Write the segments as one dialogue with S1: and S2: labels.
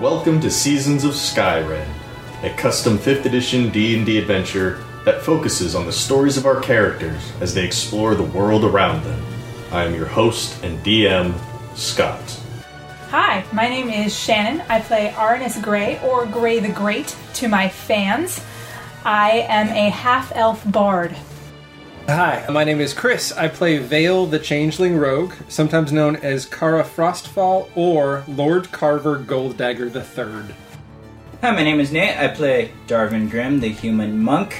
S1: welcome to Seasons of Skyrim, a custom 5th edition D&D adventure that focuses on the stories of our characters as they explore the world around them. I am your host and DM, Scott.
S2: Hi, my name is Shannon. I play Arnis Grey, or Grey the Great, to my fans. I am a half elf bard.
S3: Hi, my name is Chris. I play Vale the Changeling Rogue, sometimes known as Kara Frostfall or Lord Carver Goldagger III.
S4: Hi, my name is Nate. I play Darvin Grimm, the human monk.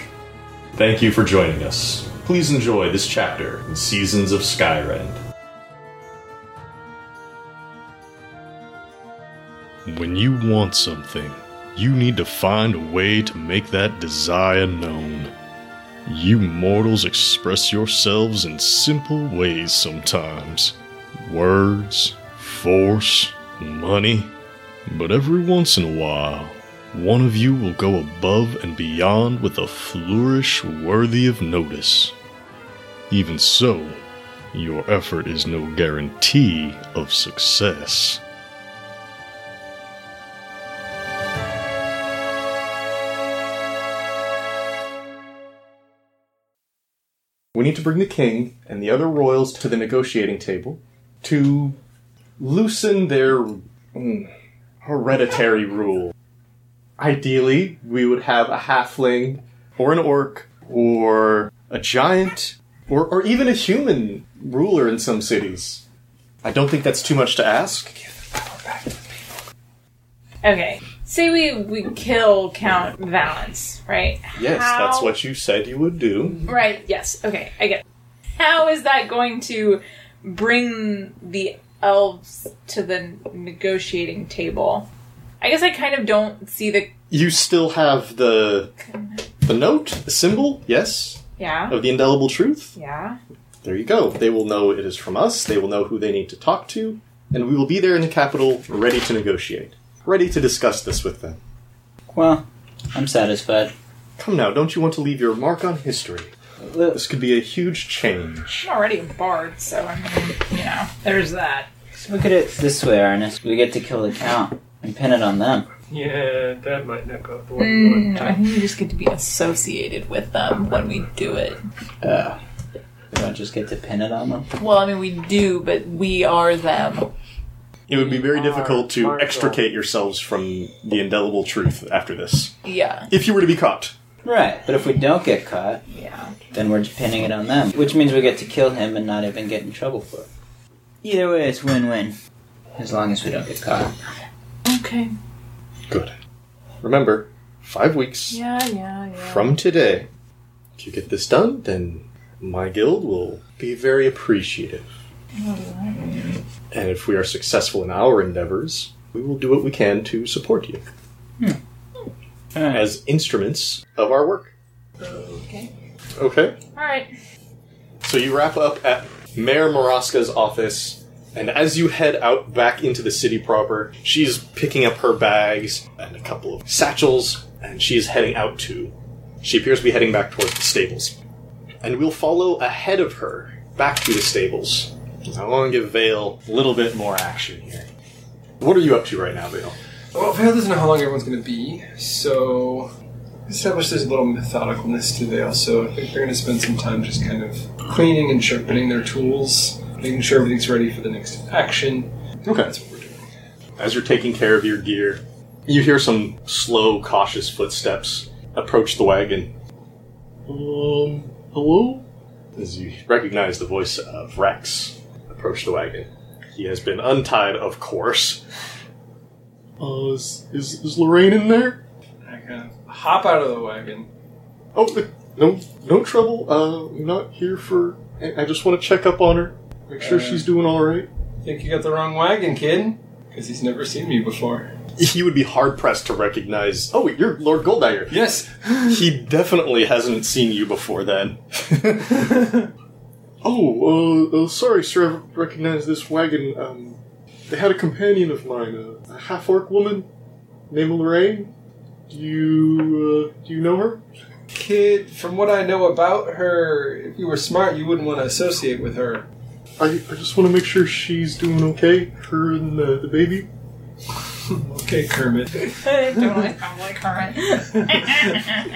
S1: Thank you for joining us. Please enjoy this chapter in Seasons of Skyrend.
S5: When you want something, you need to find a way to make that desire known. You mortals express yourselves in simple ways sometimes words, force, money. But every once in a while, one of you will go above and beyond with a flourish worthy of notice. Even so, your effort is no guarantee of success.
S6: We need to bring the king and the other royals to the negotiating table to loosen their mm, hereditary rule. Ideally, we would have a halfling or an orc or a giant or, or even a human ruler in some cities. I don't think that's too much to ask.
S7: Okay. Say we, we kill Count Valence, right?
S6: Yes,
S7: How-
S6: that's what you said you would do.
S7: Right, yes. Okay, I get it. How is that going to bring the elves to the negotiating table? I guess I kind of don't see the.
S6: You still have the the note, the symbol, yes,
S7: Yeah?
S6: of the indelible truth.
S7: Yeah?
S6: There you go. They will know it is from us. They will know who they need to talk to, and we will be there in the capital, ready to negotiate, ready to discuss this with them.
S4: Well, I'm satisfied.
S6: Come now, don't you want to leave your mark on history? This could be a huge change.
S7: I'm already a bard, so I mean, you know, there's that.
S4: Let's look at it this way, Ernest. We get to kill the count and pin it on them.
S8: Yeah, that might not go the way you want
S7: Mm,
S8: it
S7: I
S8: to.
S7: think we just get to be associated with them when we do it.
S4: Uh, we don't just get to pin it on them.
S7: Well, I mean, we do, but we are them.
S6: It would be very difficult to
S8: Marshall.
S6: extricate yourselves from the indelible truth after this,
S7: Yeah.
S6: if you were to be caught.
S4: Right, but if we don't get caught,
S7: Yeah.
S4: then we're just pinning it on them, which means we get to kill him and not even get in trouble for it. Either way, it's win-win. As long as we don't get caught.
S7: Okay.
S6: Good. Remember, five weeks
S7: Yeah, yeah, yeah.
S6: from today. If you get this done, then my guild will be very appreciative. And if we are successful in our endeavors, we will do what we can to support you as instruments of our work.
S7: Okay.
S6: Okay.
S7: All right.
S6: So you wrap up at Mayor Moroska's office, and as you head out back into the city proper, she's picking up her bags and a couple of satchels, and she's heading out to. She appears to be heading back towards the stables. And we'll follow ahead of her back to the stables. I want to give Vale a little bit more action here. What are you up to right now, Vale?
S8: Well, Vale doesn't know how long everyone's going to be, so establish there's a little methodicalness to Vale. So I think they're going to spend some time just kind of cleaning and sharpening their tools, making sure everything's ready for the next action.
S6: Okay.
S8: That's what we're doing.
S6: As you're taking care of your gear, you hear some slow, cautious footsteps approach the wagon. Um, hello? As you recognize the voice of Rex approach the wagon. He has been untied, of course. Uh, is, is, is Lorraine in there?
S8: I kind of hop out of the wagon.
S6: Oh, uh, no, no trouble. Uh, I'm not here for. I I just want to check up on her, make sure
S8: Uh.
S6: she's doing all right.
S8: Think you got the wrong wagon, kid? Because he's never seen me before.
S6: You would be hard pressed to recognize. Oh, you're Lord Goldagger.
S8: Yes.
S6: He definitely hasn't seen you before then. oh, uh, uh, sorry, sir. I haven't recognized this wagon. Um, they had a companion of mine, uh, a, a half orc woman named Lorraine. Do you, uh, do you know her?
S8: Kid, from what I know about her, if you were smart, you wouldn't want to associate with her.
S6: I, I just want to make sure she's doing okay, her and the, the baby.
S8: okay, Kermit.
S2: Don't like I'm like current.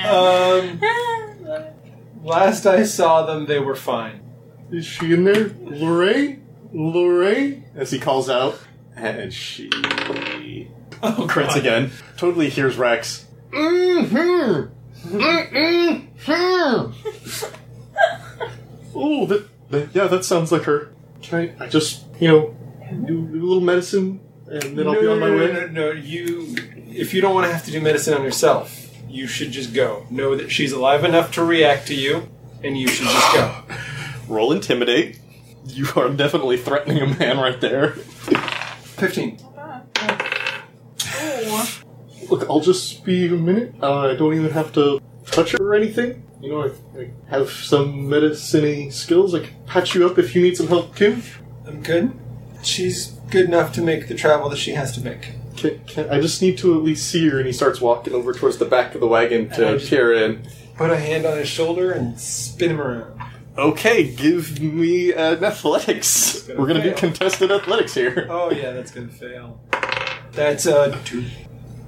S8: Um, last I saw them, they were fine.
S6: Is she in there? Lorraine? Lorraine? As he calls out. And she
S8: Oh,
S6: crits again. Totally hears Rex. Mm-hmm. Mm-hmm. oh, that, that- yeah, that sounds like her. Can I, I just, you know, do, do a little medicine and then
S8: no,
S6: I'll be
S8: no,
S6: on my
S8: no,
S6: way?
S8: No, no, no, you. If you don't want to have to do medicine on yourself, you should just go. Know that she's alive enough to react to you, and you should just go.
S6: Roll intimidate. You are definitely threatening a man right there.
S8: Fifteen.
S6: Look, I'll just be a minute. Uh, I don't even have to touch her or anything. You know, I, I have some medicine skills. I can patch you up if you need some help too.
S8: I'm good. She's good enough to make the travel that she has to make.
S6: Can, can, I just need to at least see her, and he starts walking over towards the back of the wagon
S8: And I
S6: to
S8: just-
S6: peer in.
S8: Put a hand on his shoulder and spin him around.
S6: Okay, give me an athletics.
S8: gonna
S6: We're gonna
S8: fail.
S6: do contested athletics here.
S8: Oh yeah, that's gonna fail. That's uh two.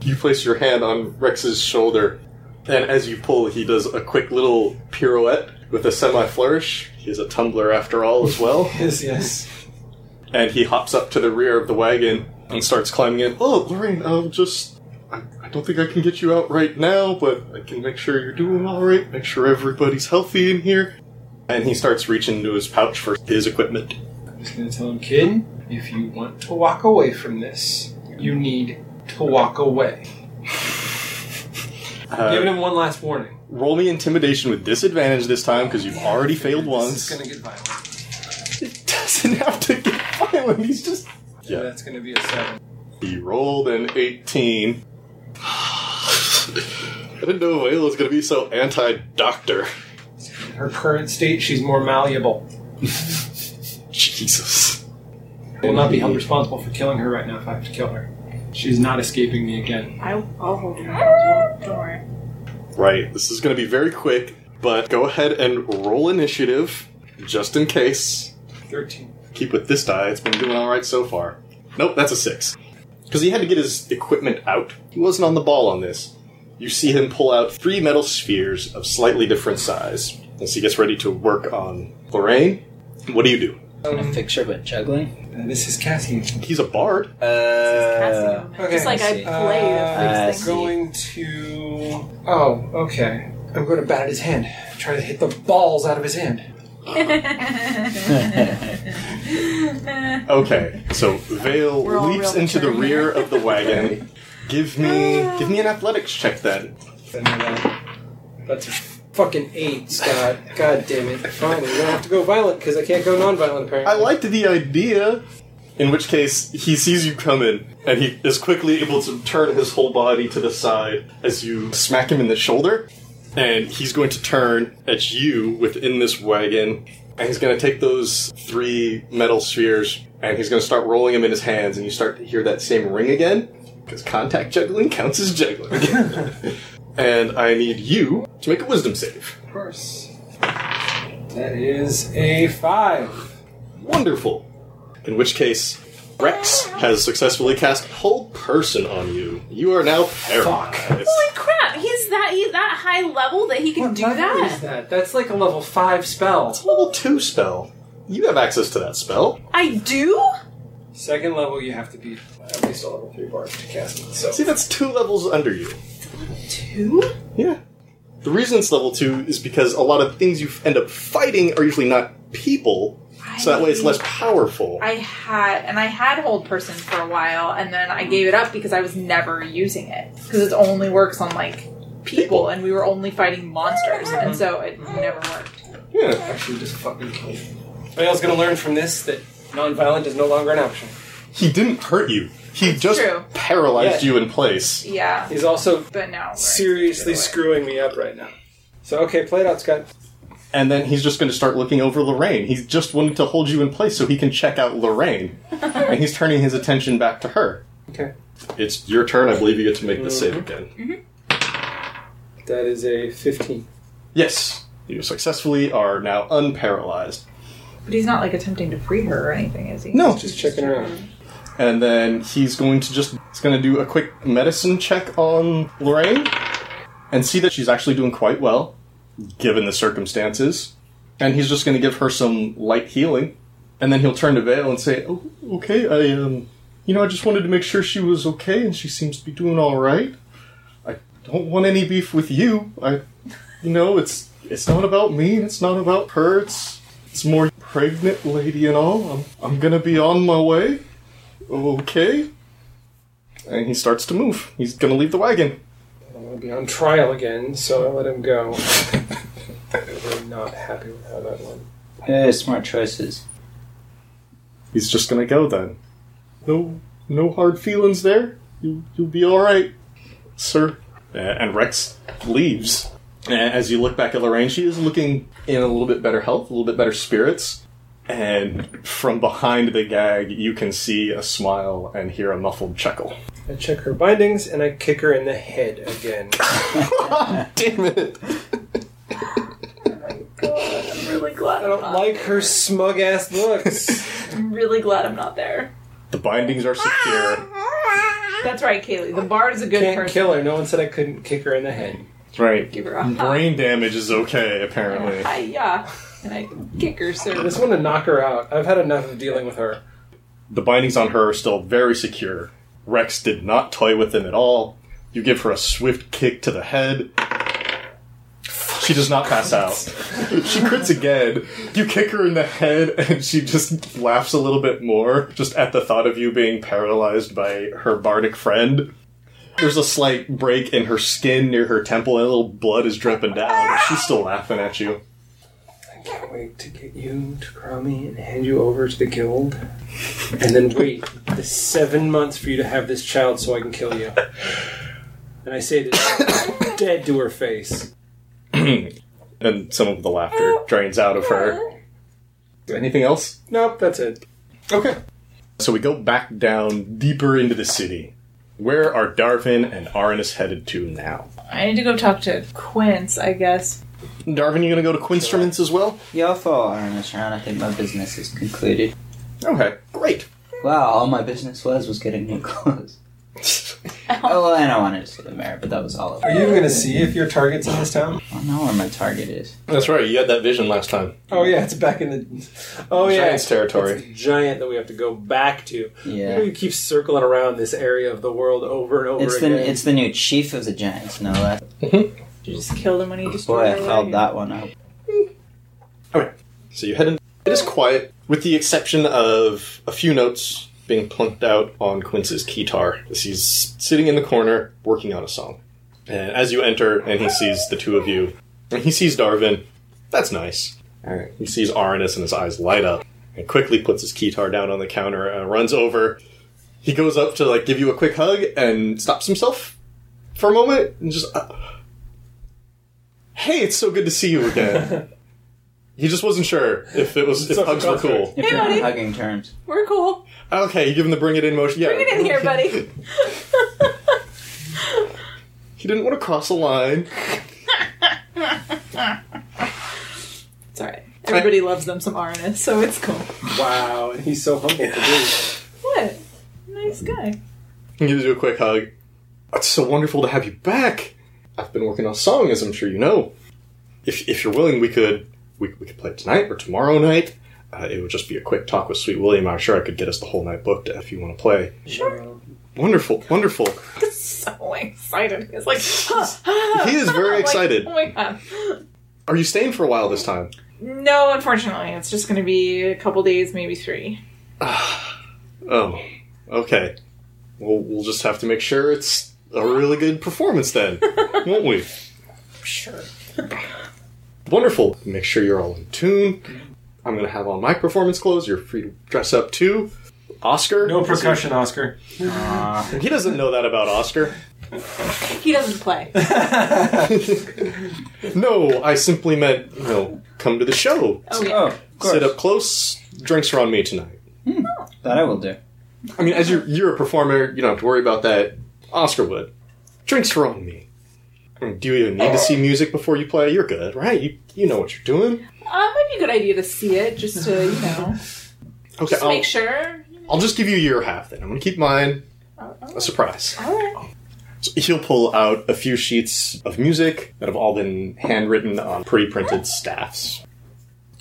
S6: You place your hand on Rex's shoulder, and as you pull, he does a quick little pirouette with a semi flourish. He is a tumbler after all, as well.
S8: Yes, yes.
S6: and he hops up to the rear of the wagon and starts climbing in. Oh, Lorraine, I'll just. I, I don't think I can get you out right now, but I can make sure you're doing alright, make sure everybody's healthy in here. And he starts reaching into his pouch for his equipment.
S8: I'm just gonna tell him, kid, if you want to walk away from this, you need to walk away. Giving
S6: Uh,
S8: him one last warning.
S6: roll me intimidation with disadvantage this time because you've already failed
S8: This
S6: once.
S8: is gonna get violent.
S6: It doesn't have to get violent, he's just.
S8: Yeah.
S6: Yeah.
S8: That's gonna be a seven.
S6: He rolled an 18. I didn't know Vayla was going to be so anti doctor.
S8: In her current state, she's more malleable.
S6: Jesus.
S8: I will not be held responsible for killing her right now if I have to kill her. She's not escaping me again.
S7: I, I'll hold him out as well. Don't worry.
S6: Right. This is going to be very quick, but go ahead and roll initiative just in case.
S8: Thirteen.
S6: Keep with this die. It's been doing all right so far. Nope, that's a six. Because he had to get his equipment out. He wasn't on the ball on this. You see him pull out three metal spheres of slightly different size as he gets ready to work on Lorraine. What do you do?
S4: I'm gonna fix her, but juggling.
S8: Uh, this is Cassie.
S6: He's a bard.
S4: Uh,
S7: Casting.
S8: okay,
S7: Just like I
S4: I see.
S7: play
S4: Uh,
S7: the
S4: I
S7: first
S4: see.
S7: thing.
S8: Going to. Oh, okay. I'm going to bat at his hand. Try to hit the balls out of his hand.
S6: Okay, so Vale
S7: We're all
S6: leaps
S7: real
S6: into the
S7: mature.
S6: rear of the wagon. give me, give me an athletics check then.
S8: I know that. uh, That's a fucking eight, Scott. God damn it. Finally, we're gonna have to go violent because I can't go non-violent apparently.
S6: I liked the idea. In which case, he sees you coming, and he is quickly able to turn his whole body to the side as you smack him in the shoulder. And he's going to turn at you within this wagon, and he's going to take those three metal spheres, and he's going to start rolling them in his hands, and you start to hear that same ring again, because contact juggling counts as juggling. and I need you to make a wisdom save.
S8: of course. That is a five.
S6: Wonderful. In which case, Rex has successfully cast whole person on you. You are now paralyzed.
S7: Holy crap! He's that he's that high level that he can do
S8: level
S7: that.
S8: is that? That's like a level five spell.
S6: Level two spell. You have access to that spell.
S7: I do.
S8: Second level, you have to be at least a level three bard to cast it. So
S6: See, that's two levels under you.
S7: Two.
S6: Yeah. The reason it's level two is because a lot of things you end up fighting are usually not people, so that way it's less powerful.
S7: I had and I had hold person for a while, and then I gave it up because I was never using it because it only works on like people, and we were only fighting monsters, and so it never worked.
S6: Yeah.
S8: actually, just fucking kill him. Vale's gonna learn from this that non-violent is no longer an option.
S6: He didn't hurt you. He just
S7: true.
S6: paralyzed
S8: Yeah.
S6: you in place.
S7: Yeah,
S8: He's also
S7: but no. we're-
S8: seriously screwing me up right now. So okay, play it out, Scott.
S6: And then he's just going to start looking over Lorraine. He's just wanted to hold you in place so he can check out Lorraine. and he's turning his attention back to her.
S8: Okay.
S6: It's your turn. I believe you get to make the save again.
S8: That is a fifteen.
S6: Yes. You successfully are now unparalyzed.
S7: But he's not like attempting to free her or anything, is he?
S6: No.
S8: Just checking her out.
S6: and then he's going to just he's going to do a quick medicine check on Lorraine and see that she's actually doing quite well given the circumstances. And he's just going to give her some light healing, and then he'll turn to Vale and say, "Oh, okay, I um, you know, I just wanted to make sure she was okay, and she seems to be doing all right. I don't want any beef with you. I, you know, it's it's not about me, and it's not about her. It's it's more pregnant lady and all. I'm I'm gonna be on my way. Okay." And he starts to move. He's gonna leave the wagon.
S8: I'm gonna be on trial again, so I let him go. I'm not happy with how that went.
S4: Yeah, smart choices.
S6: He's just gonna go then. No, no hard feelings there. You, you'll be all right, sir. Uh, and Rex leaves. Uh, as you look back at Lorraine, she is looking in a little bit better health, a little bit better spirits. And from behind the gag, you can see a smile and hear a muffled chuckle.
S8: I check her bindings and I kick her in the head again.
S6: Damn it!
S7: God, I'm really glad.
S8: I don't like her smug ass looks.
S7: I'm really glad I'm not there.
S6: The bindings are secure.
S7: That's right, Kaylee. The bard is a good
S8: Can't
S7: person.
S8: kill her. No one said I couldn't kick her in the head.
S6: Right.
S7: Give her a hug.
S6: Brain damage is okay, apparently.
S7: Hi, yeah. And I kick her,
S8: I
S7: sir.
S8: just want to knock her out. I've had enough of dealing with her.
S6: The bindings on her are still very secure. Rex did not toy with them at all. You give her a swift kick to the head. She does not pass out. she crits again. You kick her in the head, and she just laughs a little bit more, just at the thought of you being paralyzed by her bardic friend. There's a slight break in her skin near her temple, and a little blood is dripping down. but She's still laughing at you.
S8: I can't wait to get you to Crummy and hand you over to the guild. And then wait the seven months for you to have this child so I can kill you. And I say this dead to her face.
S6: And some of the laughter drains out of her. Anything else?
S8: Nope, that's it.
S6: Okay. So we go back down deeper into the city. Where are Darvin and Arnis headed to now?
S7: I need to go talk to Quince, I guess.
S6: Darvin, you gonna go to Quinstruments as well?
S4: Y'all follow Aramis around. I think my business is concluded.
S6: Okay, great.
S4: Wow, all my business was was getting new clothes. oh, well, and I wanted to see the mayor, but that was all of
S8: Are
S4: it.
S8: you even gonna see if your target's in this town?
S4: I don't know where my target is.
S6: That's right, you had that vision last time.
S8: Oh yeah, it's back in the Oh yeah,
S6: Giants territory.
S8: It's the giant that we have to go back to. You, know,
S4: Yeah.
S8: you keep circling around this area of the world over and over
S4: It's
S8: again.
S4: the it's the new chief of the Giants, no less.
S7: You just killed him when he destroyed
S4: Boy, I
S7: her wagon.
S4: called that one up.
S6: So you head in. It is quiet, with the exception of a few notes being plunked out on Quince's keytar as he's sitting in the corner working on a song. And as you enter, and he sees the two of you, and he sees Darvin. That's nice. And he sees Aranus, and his eyes light up, and quickly puts his keytar down on the counter and runs over. He goes up to like give you a quick hug and stops himself for a moment and just, uh, "Hey, it's so good to see you again." he just wasn't sure if it was if
S8: Social
S6: hugs were cool.
S8: contract.
S4: If you're
S7: buddy.
S4: on hugging terms.
S7: We're cool.
S6: Okay, you give him the bring it in motion. Yeah,
S7: Bring it in here, buddy.
S6: He didn't want to cross a line.
S7: It's alright. Everybody loves them some Arnis, so it's cool.
S8: Wow, and he's so humble to do.
S7: What? Nice guy.
S6: He gives you a quick hug. It's so wonderful to have you back. I've been working on a song, as I'm sure you know. If, if you're willing, we could we, we could play it tonight or tomorrow night. Uh, it would just be a quick talk with Sweet William. I'm sure I could get us the whole night booked if you want to play.
S7: Sure.
S6: Wonderful, wonderful.
S7: He's so excited. He's like, he
S6: He is very excited.
S7: Oh my god.
S6: Are you staying for a while this time?
S7: No, unfortunately, it's just going to be a couple days, maybe three.
S6: Oh, okay. Well, we'll just have to make sure it's a really good performance then, won't we?
S7: Sure.
S6: Wonderful. Make sure you're all in tune. I'm going to have on my performance clothes. You're free to dress up too. Oscar.
S8: No percussion, Oscar.
S6: He doesn't know that about Oscar.
S7: He doesn't play.
S6: No, I simply meant, you know, come to the show.
S7: Oh yeah.
S4: Oh, of course.
S6: Sit up close. Drinks are on me tonight.
S4: That I will do.
S6: I mean, as you're, you're a performer, you don't have to worry about that. Oscar would. Drinks are on me. I mean, do you even need to see music before you play? You're good, right? You, you know what you're doing.
S7: Uh, might be a good idea to see it just to you know
S6: Okay,
S7: just
S6: I'll,
S7: make sure.
S6: I'll just give you your half then. I'm going to keep mine a surprise.
S7: All right.
S6: So he'll pull out a few sheets of music that have all been handwritten on pre printed staffs.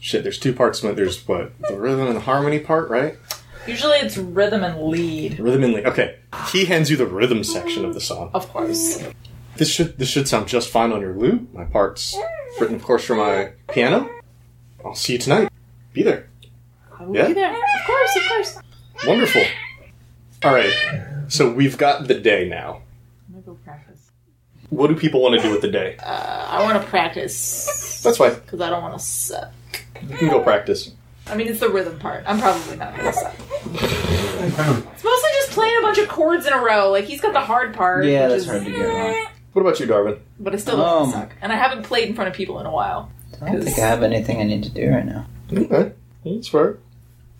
S6: Shit, there's two parts. to it. There's what? The rhythm and harmony part, right?
S7: Usually it's rhythm and lead,
S6: Rhythm and lead. Okay. He hands you the rhythm section of the song.
S7: of course.
S6: This should this should sound just fine on your lute. My part's written, of course, for my piano. I'll see you tonight. Be there.
S7: I will
S6: Yeah.
S7: be there. Of course, of course.
S6: Wonderful. All right. So we've got the day now.
S7: I'm gonna go practice.
S6: What do people want to do with the day?
S7: I want to practice
S6: That's fine.
S7: because I don't want to suck.
S6: You can go practice.
S7: I mean, it's the rhythm part. I'm probably not gonna suck. It's mostly just playing a bunch of chords in a row. Like he's got the hard part.
S4: Yeah,
S7: which
S4: that's
S7: is-
S4: hard to get wrong.
S6: What about you, Darwin?
S7: But I still don't
S4: Um.
S7: suck, and I haven't played in front of people in a while.
S4: I don't think I have anything I need to do right now.
S6: Okay. That's fair.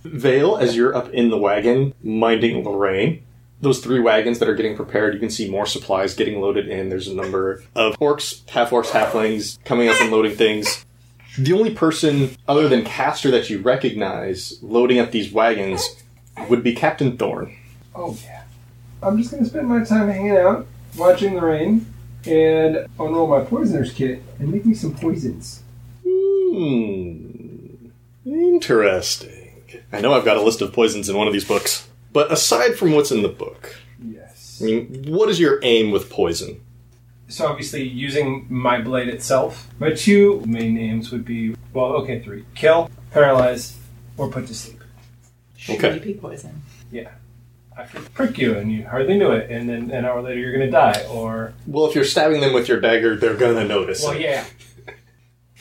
S6: Vale, as you're up in the wagon, minding Lorraine, those three wagons that are getting prepared, you can see more supplies getting loaded in. There's a number of orcs, half orcs, halflings coming up and loading things. The only person other than Castor that you recognize loading up these wagons would be Captain Thorn.
S9: Oh yeah. I'm just gonna spend my time hanging out, watching the rain, and unroll my poisoner's kit and make me some poisons.
S6: Hmm. Interesting. I know I've got a list of poisons in one of these books. But aside from what's in the book,
S9: Yes.
S6: I mean, what is your aim with poison?
S9: So obviously, using my blade itself, my two main aims would be well, okay, three: kill, paralyze, or put to sleep.
S6: Okay.
S7: Should be poison.
S9: I could prick you, and you hardly knew it, and then an hour later you're gonna die. Or
S6: Well, if you're stabbing them with your dagger, they're gonna notice.
S9: well,
S6: it.
S9: yeah,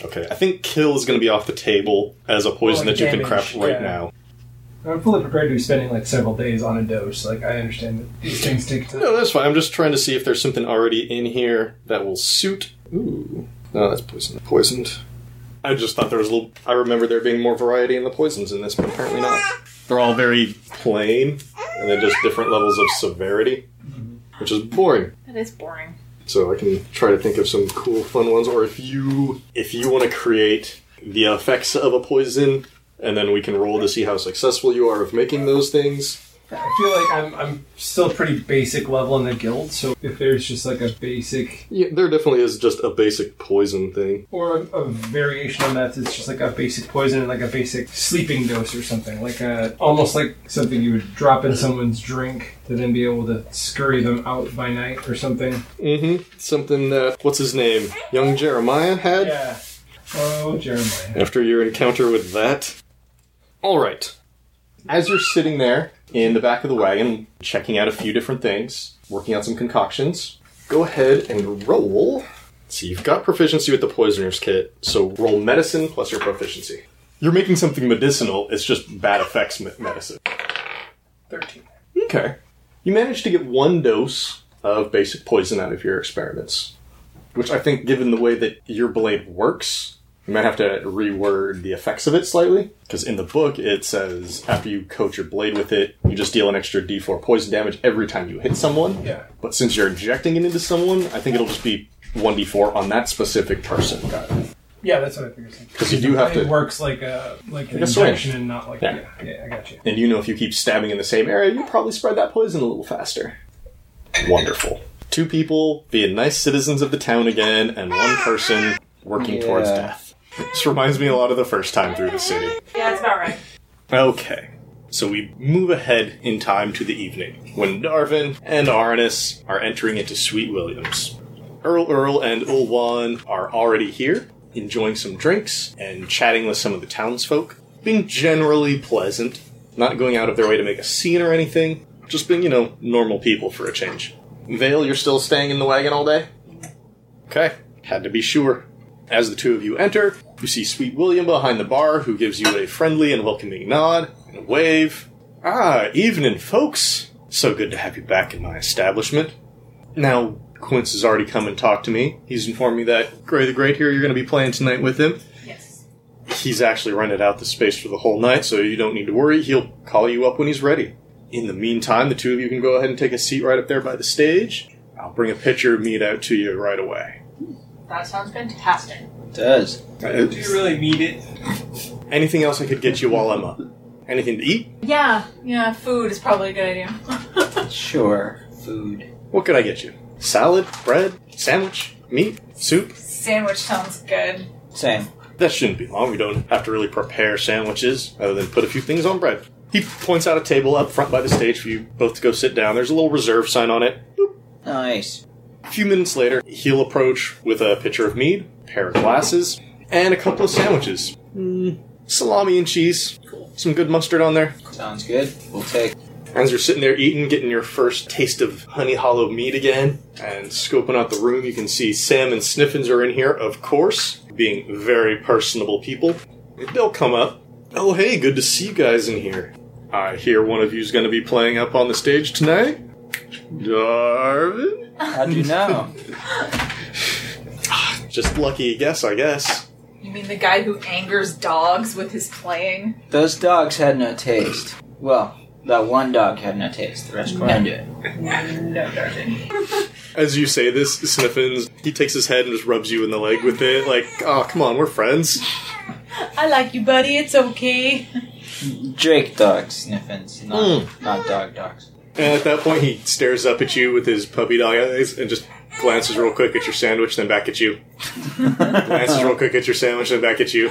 S6: Okay, I think kill is gonna be off the table as a poison
S9: Well,
S6: that you can
S9: damage,
S6: craft right
S9: yeah.
S6: now.
S9: I'm fully prepared to be spending like several days on a doge. Like I understand that these things take time.
S6: No, that's fine. I'm just trying to see if there's something already in here that will suit. Ooh, no, that's poisoned. Poisoned. I just thought there was a little. I remember there being more variety in the poisons in this, but apparently not. They're all very plain, and then just different levels of severity, which is boring.
S7: That is boring.
S6: so I can try to think of some cool, fun ones. Or if you if you want to create the effects of a poison, and then we can roll to see how successful you are of making those things.
S9: I feel like I'm I'm still pretty basic level in the guild. So if there's just like a basic
S6: Yeah, there definitely is just a basic poison thing.
S9: or a, a variation on that, it's just like a basic poison and like a basic sleeping dose or something, like a almost like something you would drop in someone's drink to then be able to scurry them out by night or something.
S6: Mm-hmm. Something that what's his name, young Jeremiah had
S9: Yeah. Oh, Jeremiah.
S6: after your encounter with that. All right. As you're sitting there in the back of the wagon, checking out a few different things, working out some concoctions, go ahead and roll. So you've got proficiency with the poisoner's kit, so roll medicine plus your proficiency. You're making something medicinal, it's just bad effects me- medicine.
S9: Thirteen.
S6: Okay. You managed to get one dose of basic poison out of your experiments, which I think, given the way that your blade works, you might have to reword the effects of it slightly. Because in the book, it says after you coat your blade with it, you just deal an extra d4 poison damage every time you hit someone.
S9: Yeah.
S6: But since you're injecting it into someone, I think it'll just be 1d4 on that specific person.
S9: Yeah, that's what I figured.
S6: Because you do have
S9: It
S6: to.
S9: works like a like an
S6: a syringe.
S9: injection and not like
S6: Yeah.
S9: yeah. yeah, I got you.
S6: And you know if you keep stabbing in the same area, you probably spread that poison a little faster. Wonderful. Two people being nice citizens of the town again, and one person working towards
S4: Yeah.
S6: death. This reminds me a lot of the first time through the city.
S7: Yeah, that's about right.
S6: Okay. So we move ahead in time to the evening, when Darvin and Arnis are entering into Sweet Williams. Earl Earl and Ulwan are already here, enjoying some drinks and chatting with some of the townsfolk. Being generally pleasant, not going out of their way to make a scene or anything, just being, you know, normal people for a change. Vale, you're still staying in the wagon all day? Okay, had to be sure. As the two of you enter, you see Sweet William behind the bar, who gives you a friendly and welcoming nod and a wave. Ah, evening, folks. So good to have you back in my establishment. Now, Quince has already come and talked to me. He's informed me that Gray the Great here, you're going to be playing tonight with him.
S7: Yes.
S6: He's actually rented out the space for the whole night, so you don't need to worry. He'll call you up when he's ready. In the meantime, the two of you can go ahead and take a seat right up there by the stage. I'll bring a pitcher of mead out to you right away.
S7: That sounds fantastic.
S4: It does.
S9: Do you really need it?
S6: Anything else I could get you while I'm up? Anything to eat?
S7: Yeah, yeah, food is probably a good idea.
S4: Sure. Food.
S6: What could I get you? Salad, bread, sandwich, meat, soup?
S7: Sandwich sounds good.
S4: Same.
S6: That shouldn't be long. We don't have to really prepare sandwiches other than put a few things on bread. He points out a table up front by the stage for you both to go sit down. There's a little reserve sign on it.
S4: Nice.
S6: A few minutes later, he'll approach with a pitcher of mead, pair of glasses, and a couple of sandwiches. Mm, salami and cheese, some good mustard on there.
S4: Sounds good. We'll take.
S6: As you're sitting there eating, getting your first taste of honey hollow meat again, and scoping out the room, you can see Sam and Sniffins are in here, of course, being very personable people. They'll come up. Oh, hey, good to see you guys in here. I hear one of you's going to be playing up on the stage tonight. Darvin?
S4: How'd you know?
S6: Just lucky guess, I guess.
S7: You mean the guy who angers dogs with his playing?
S4: Those dogs had no taste. Well, that one dog had no taste. The rest were into it.
S7: No, Darvin.
S6: As you say this, Sniffins, he takes his head and just rubs you in the leg with it, like, oh, come on, we're friends.
S7: I like you, buddy. It's okay.
S4: Drake dogs, Hmm. sniffins, not, not dog dogs.
S6: And at that point, he stares up at you with his puppy dog eyes and just glances real quick at your sandwich, then back at you. glances real quick at your sandwich, then back at you.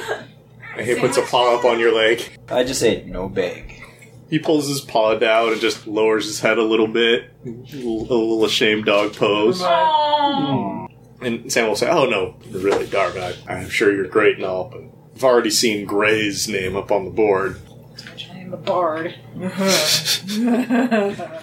S6: And he puts a paw up on your leg.
S4: I just ate no bag.
S6: He pulls his paw down and just lowers his head a little bit, a little, a little ashamed dog pose. And Sam will say, "Oh no, you're really, Darvin. I- I'm sure you're great and all, but I've already seen Gray's name up on the board.
S7: I'm a bard.
S6: I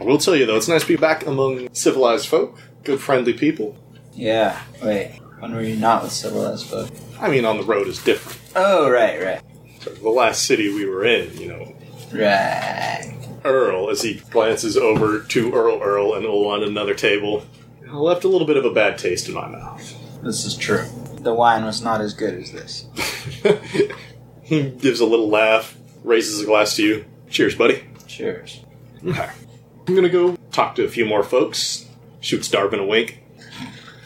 S6: will tell you though, it's nice to be back among civilized folk, good friendly people.
S4: Yeah. Wait. When were you not with civilized folk?
S6: I mean, on the road is different.
S4: Oh, right, right,
S6: So the last city we were in, you know,
S4: right.
S6: Earl, as he glances over to Earl, Earl, and on another table, left a little bit of a bad taste in my mouth.
S4: This is true. The wine was not as good as this.
S6: He gives a little laugh, raises a glass to you. Cheers, buddy.
S4: Cheers.
S6: Okay. I'm gonna go talk to a few more folks. Shoots Darvin a wink.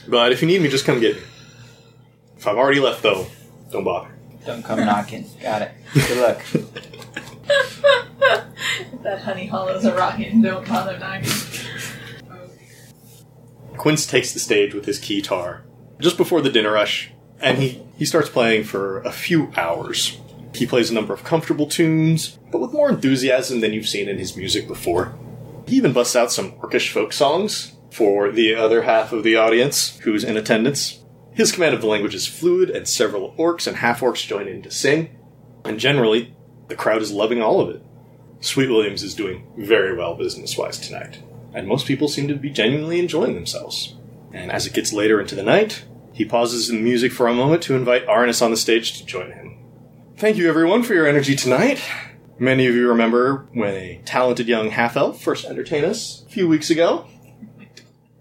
S6: But if you need me, just come get me. If I've already left, though, don't bother.
S4: Don't come knocking. Got it. Good luck.
S7: That honey hollow's a rocket. Don't bother knocking.
S6: Quince takes the stage with his guitar just before the dinner rush, and he, he starts playing for a few hours. He plays a number of comfortable tunes, but with more enthusiasm than you've seen in his music before. He even busts out some orcish folk songs for the other half of the audience who's in attendance. His command of the language is fluid, and several orcs and half orcs join in to sing, and generally, the crowd is loving all of it. Sweet Williams is doing very well business wise tonight, and most people seem to be genuinely enjoying themselves. And as it gets later into the night, he pauses in the music for a moment to invite Arnis on the stage to join him. Thank you everyone for your energy tonight. Many of you remember when a talented young half elf first entertained us a few weeks ago.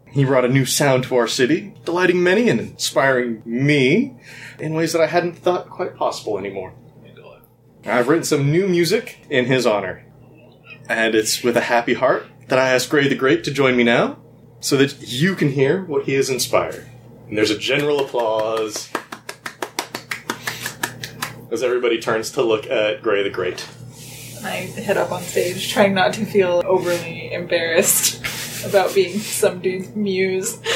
S6: He brought a new sound to our city, delighting many and inspiring me in ways that I hadn't thought quite possible anymore. I've written some new music in his honor, and it's with a happy heart that I ask Gray the Great to join me now, so that you can hear what he has inspired. And there's a general applause as everybody turns to look at Gray the Great.
S7: I head up on stage, trying not to feel overly embarrassed about being some dude's muse.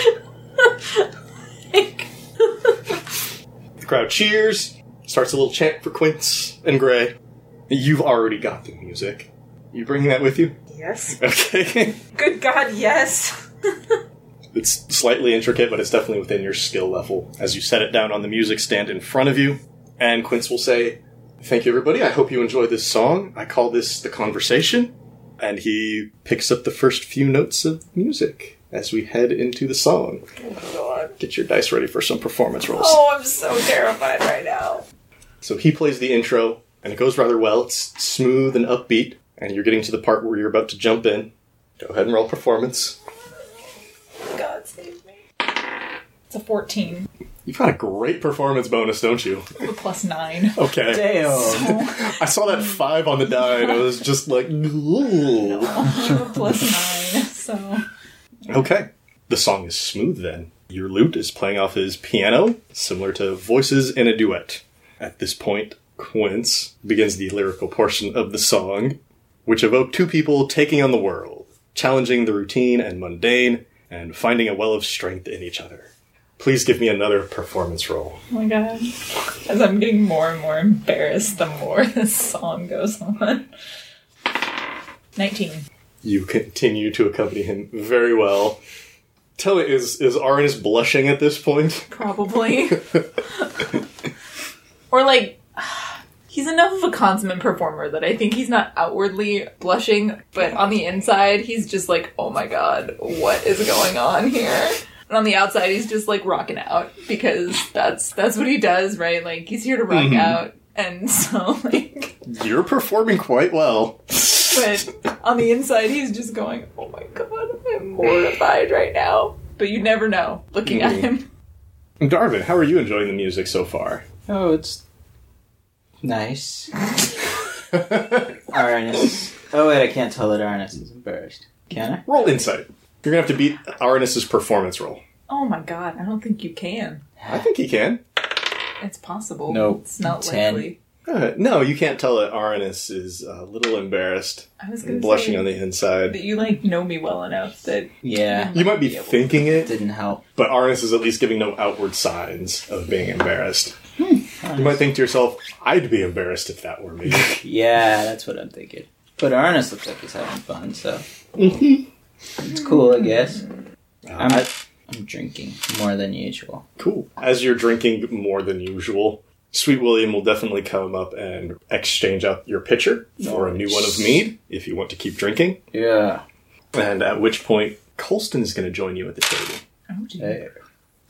S7: Like,
S6: The crowd cheers, starts a little chant for Quince and Gray. You've already got the music. You bringing that with you?
S7: yes.
S6: Okay.
S7: Good God, yes.
S6: It's slightly intricate, but it's definitely within your skill level as you set it down on the music stand in front of you. And Quince will say, Thank you, everybody. I hope you enjoy this song. I call this The Conversation. And he picks up the first few notes of music as we head into the song. Get your dice ready for some performance rolls.
S7: Oh, I'm so terrified right now.
S6: So he plays the intro, and it goes rather well. It's smooth and upbeat, and you're getting to the part where you're about to jump in. Go ahead and roll performance.
S7: God save me. It's a 14
S6: You've got a great performance bonus, don't you?
S7: plus 9.
S6: Okay.
S4: Damn.
S6: I saw that five on the die, and I was just like, "Ooh."
S7: plus 9, so.
S6: okay. The song is smooth then. Your lute is playing off his piano, similar to voices in a duet. At this point, consequence begins the lyrical portion of the song, which evoke two people taking on the world, challenging the routine and mundane, and finding a well of strength in each other. Please give me another performance roll.
S7: Oh my god. As I'm getting more and more embarrassed the more this song goes on. 19.
S6: You continue to accompany him very well. Tell me, is is Arnis blushing at this point?
S7: Probably. or like, he's enough of a consummate performer that I think he's not outwardly blushing, but on the inside, he's just like, oh my god, what is going on here? And on the outside, he's just like rocking out because that's that's what he does, right? Like he's here to rock out, and so like
S6: You're performing quite well.
S7: but on the inside he's just going oh my god i'm mortified right now but you never know looking
S4: Mm-hmm.
S7: at him
S6: Darvin, how are you enjoying the music so far?
S4: Oh, it's nice. Arnis. Oh wait, I can't tell that Arnis is embarrassed. Can I?
S6: Roll insight. You're gonna have to beat Arnis's performance roll.
S7: oh my god i don't think you can
S6: I think he can.
S7: it's possible
S4: No.
S7: it's not
S4: Ten.
S7: likely
S6: Uh, no, you can't tell that Arnis is uh, a little embarrassed,
S7: i was gonna
S6: and blushing
S7: say
S6: on the inside.
S7: that you like know me well enough that
S4: Yeah,
S6: You might be
S7: Yeah, well-
S6: thinking it,
S4: didn't help.
S6: but Arnis is at least giving no outward signs of being embarrassed. You might think to yourself, "I'd be embarrassed if that were me."
S4: Yeah, that's what I'm thinking. But Arnis looks like he's having fun, so it's cool, I guess. I'm, I'm drinking more than usual.
S6: Cool. As you're drinking more than usual, Sweet William will definitely come up and exchange out your pitcher for a new one of mead if you want to keep drinking.
S4: Yeah.
S6: And at which point, Colston is going to join you at the table.
S7: oh, dear.
S4: Hey.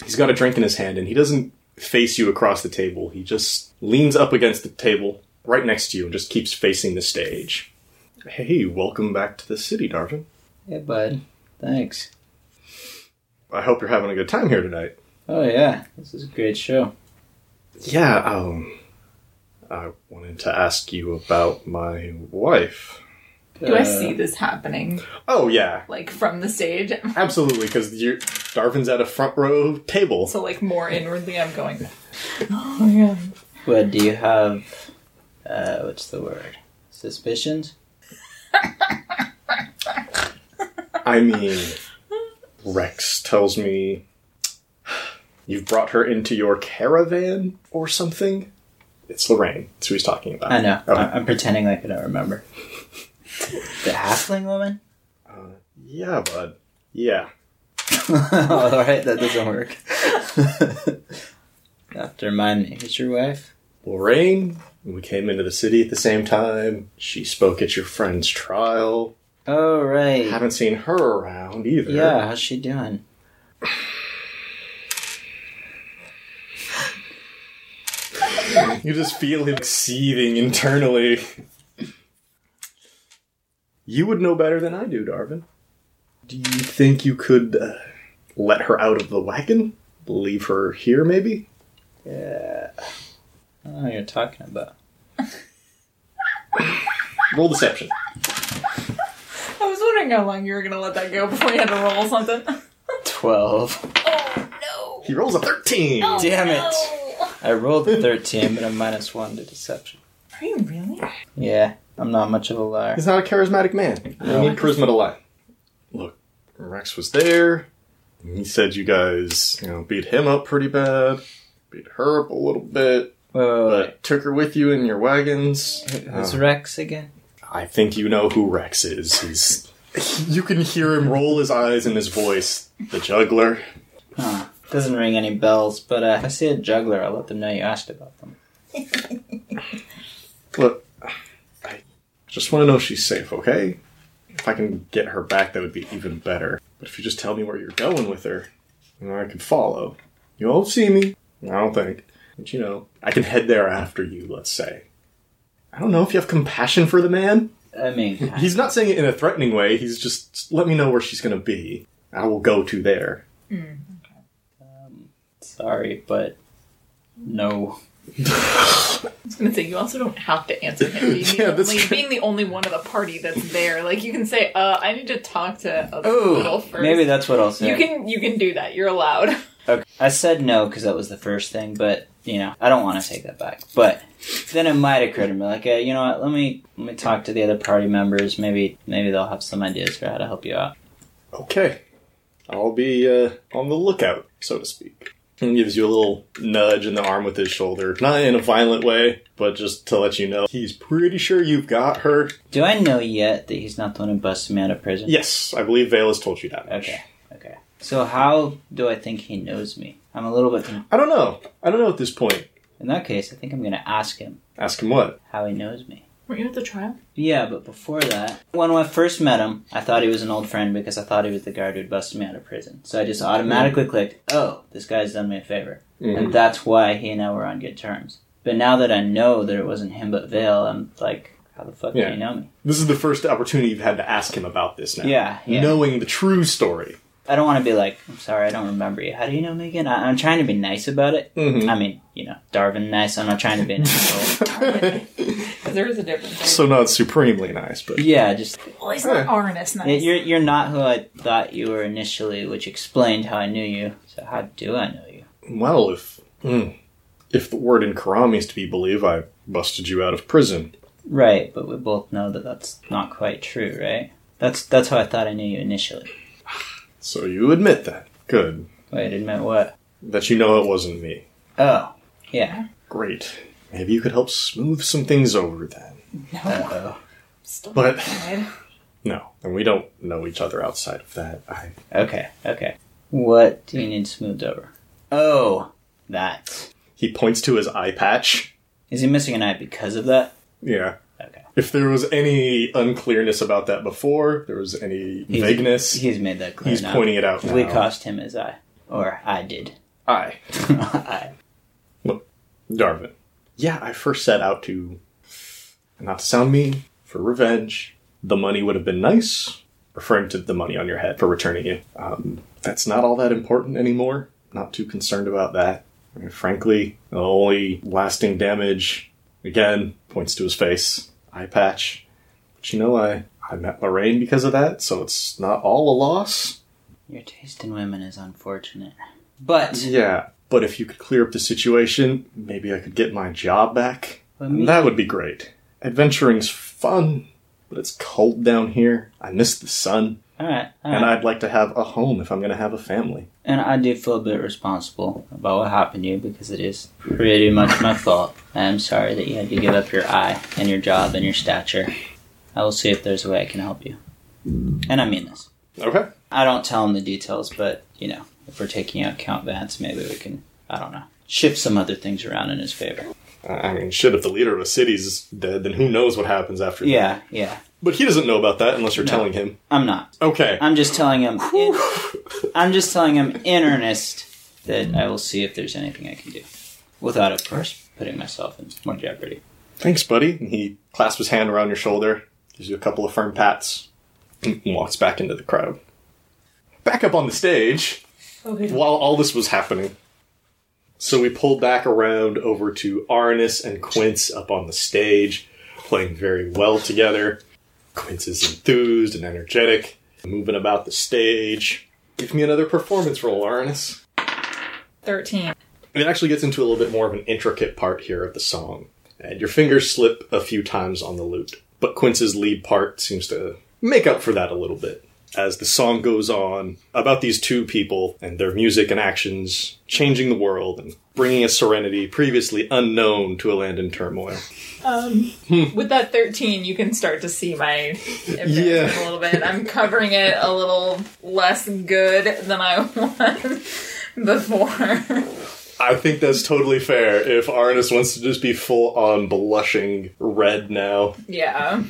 S6: He's got a drink in his hand and he doesn't face you across the table. He just leans up against the table right next to you and just keeps facing the stage. Hey, welcome back to the city, Darvin.
S4: Hey, bud. Thanks.
S6: I hope you're having a good time here tonight.
S4: Oh yeah, this is a great show.
S6: Yeah, um, I wanted to ask you about my wife.
S7: do i
S4: Uh,
S7: see this happening
S6: Oh yeah,
S7: like from the stage
S6: absolutely. Because Darvin's at a front row table.
S7: so like more inwardly i'm going oh yeah
S4: But do you have uh, what's the word? Suspicions?
S6: I mean, Rex tells me you've brought her into your caravan or something. It's Lorraine. That's who he's talking about.
S4: I know.
S6: Okay.
S4: I- I'm pretending like I don't remember. the halfling woman?
S6: yeah, bud. Yeah.
S4: oh, all right, that doesn't work. Have to remind me. It's your wife?
S6: Lorraine, we came into the city at the same time. She spoke at your friend's trial.
S4: Oh right.
S6: Haven't seen her around either.
S4: Yeah. How's she doing?
S6: You just feel him seething internally. You would know better than I do, Darvin. Do you think you could uh, let her out of the wagon? Leave her here, maybe?
S4: I don't know what you're talking about.
S6: Roll deception.
S7: i was wondering how long you were gonna let that go before you had to roll something
S4: Twelve.
S7: oh
S6: He rolls a 13!
S7: no
S4: Damn it.
S7: No.
S4: I rolled a thirteen, but I'm minus one to deception.
S7: are you really
S4: Yeah, I'm not much of a liar.
S6: He's not a charismatic man. You need charisma to lie. Look, Rex was there. He said you guys, you know, beat him up pretty bad, beat her up a little bit,
S4: Wait, wait, wait.
S6: but took her with you in your wagons. Um,
S4: Who's Rex again?
S6: I think you know who Rex is. He's you can hear him roll his eyes and his voice. The juggler.
S4: Doesn't ring any bells, but uh, if I see a juggler, I'll let them know you asked about them.
S6: Look, I just want to know if she's safe, okay? If I can get her back, that would be even better. But if you just tell me where you're going with her, you know, I can follow. You won't see me. I don't think. But you know, I can head there after you, let's say. I don't know if you have compassion for the man.
S4: I mean,
S6: He's not saying it in a threatening way, he's just, let me know where she's gonna be. I will go to there.
S4: sorry, but no.
S7: I was gonna say you also don't have to answer him being,
S6: Yeah,
S7: the,
S6: that's
S7: only,
S6: true.
S7: being the only one of the party that's there. Like you can say, "Uh, I need to talk to other
S4: Oh,
S7: people first.
S4: Maybe that's what I'll say.
S7: you can you can do that. You're allowed.
S4: Okay. I said no because that was the first thing, but you know, I don't want to take that back. But then it might occur to me, like, uh, you know what? Let me let me talk to the other party members. Maybe maybe they'll have some ideas for how to help you out.
S6: Okay. I'll be uh, on the lookout, so to speak. And gives you a little nudge in the arm with his shoulder. Not in a violent way, but just to let you know he's pretty sure you've got her.
S4: Do I know yet that he's not the one who busted me out of prison?
S6: Yes, I believe Vale has told you that. much.
S4: Okay. Okay. So how do I think he knows me? I'm a little bit. Con-
S6: I don't know. I don't know at this point.
S4: in that case, I think I'm going to ask him
S6: Ask him what?
S4: how he knows me.
S7: Were you at the trial?
S4: Yeah, but before that, when I first met him, I thought he was an old friend because I thought he was the guard who'd busted me out of prison. So I just automatically clicked, oh, this guy's done me a favor.
S6: Mm-hmm.
S4: And that's why he and I were on good terms. But now that I know that it wasn't him but Vale, I'm like, how the fuck
S6: Yeah.
S4: do you know me?
S6: This is the first opportunity you've had to ask him about this now.
S4: Yeah, yeah.
S6: Knowing the true story.
S4: I don't want to be like, I'm sorry, I don't remember you. How do you know me again? I- I'm trying to be nice about it.
S6: Mhm.
S4: I mean, you know, Darvin nice. I'm not trying to be an asshole.
S7: Because there is a difference.
S6: so not supremely nice, but
S4: Yeah, just
S7: Oh,
S2: Well, he's not Arnis,
S4: Yeah,
S2: nice.
S4: you're you're not who I thought you were initially, which explained how I knew you. So how do I know you?
S6: well, if mm, if the word in Karami is to be believed, I busted you out of prison.
S4: Right, but we both know that that's not quite true, right? That's that's how I thought I knew you initially.
S6: So you admit that. Good.
S4: Wait, admit what?
S6: That you know it wasn't me.
S4: Oh, yeah.
S6: Great. Maybe you could help smooth some things over then.
S4: Uh-oh.
S7: Still
S6: But-
S7: mad.
S6: No, and we don't know each other outside of that. I
S4: Okay, okay. What do you need smoothed over? Oh, that.
S6: he points to his eye patch.
S4: Is he missing an eye because of that?
S6: Yeah.
S4: Okay.
S6: If there was any unclearness about that before, there was any
S4: He's-
S6: vagueness,
S4: He's made that clear.
S6: he's
S4: now.
S6: pointing it out.
S4: We
S6: now.
S4: cost him his eye, or I did.
S6: Eye.
S4: I.
S6: Darvin. Yeah, I first set out to, not to sound mean, for revenge. The money would have been nice, referring to the money on your head for returning you. Um, that's not all that important anymore. Not too concerned about that. I mean, frankly, the only lasting damage, again, points to his face, eye patch. But you know, I, I met Lorraine because of that, so it's not all a loss.
S4: Your taste in women is unfortunate, but.
S6: Yeah, but if you could clear up the situation, maybe I could get my job back.
S4: Let me-
S6: That would be great. Adventuring's fun, but it's cold down here. I miss the sun,
S4: All right, all
S6: and
S4: right.
S6: I'd like to have a home if I'm going to have a family.
S4: And I do feel a bit responsible about what happened to you because it is pretty much my fault. I am sorry that you had to give up your eye and your job and your stature. I will see if there's a way I can help you. And I mean this.
S6: Okay.
S4: I don't tell him the details, but, you know, if we're taking out Count Vance, maybe we can, I don't know, shift some other things around in his favor.
S6: I mean, shit, if the leader of a city's dead, then who knows what happens after that.
S4: Yeah, yeah.
S6: But he doesn't know about that unless you're telling him.
S4: I'm not.
S6: Okay.
S4: I'm just telling him. In, I'm just telling him in earnest that I will see if there's anything I can do. Without, of course, putting myself in more jeopardy.
S6: Thanks, buddy. And he clasps his hand around your shoulder, gives you a couple of firm pats, and walks back into the crowd. Back up on the stage.
S7: Okay.
S6: while all this was happening. So we pulled back around over to Arnis and Quince up on the stage, playing very well together. Quince is enthused and energetic, moving about the stage. Give me another performance roll, Arnis.
S7: 13.
S6: It actually gets into a little bit more of an intricate part here of the song, and your fingers slip a few times on the lute. But Quince's lead part seems to make up for that a little bit as the song goes on about these two people and their music and actions changing the world and bringing a serenity previously unknown to a land in turmoil.
S7: With that 13, you can start to see my embarrassment
S6: Yeah.
S7: a little bit. I'm covering it a little less good than I was before.
S6: I think that's totally fair if Arnis wants to just be full on blushing red now.
S7: yeah.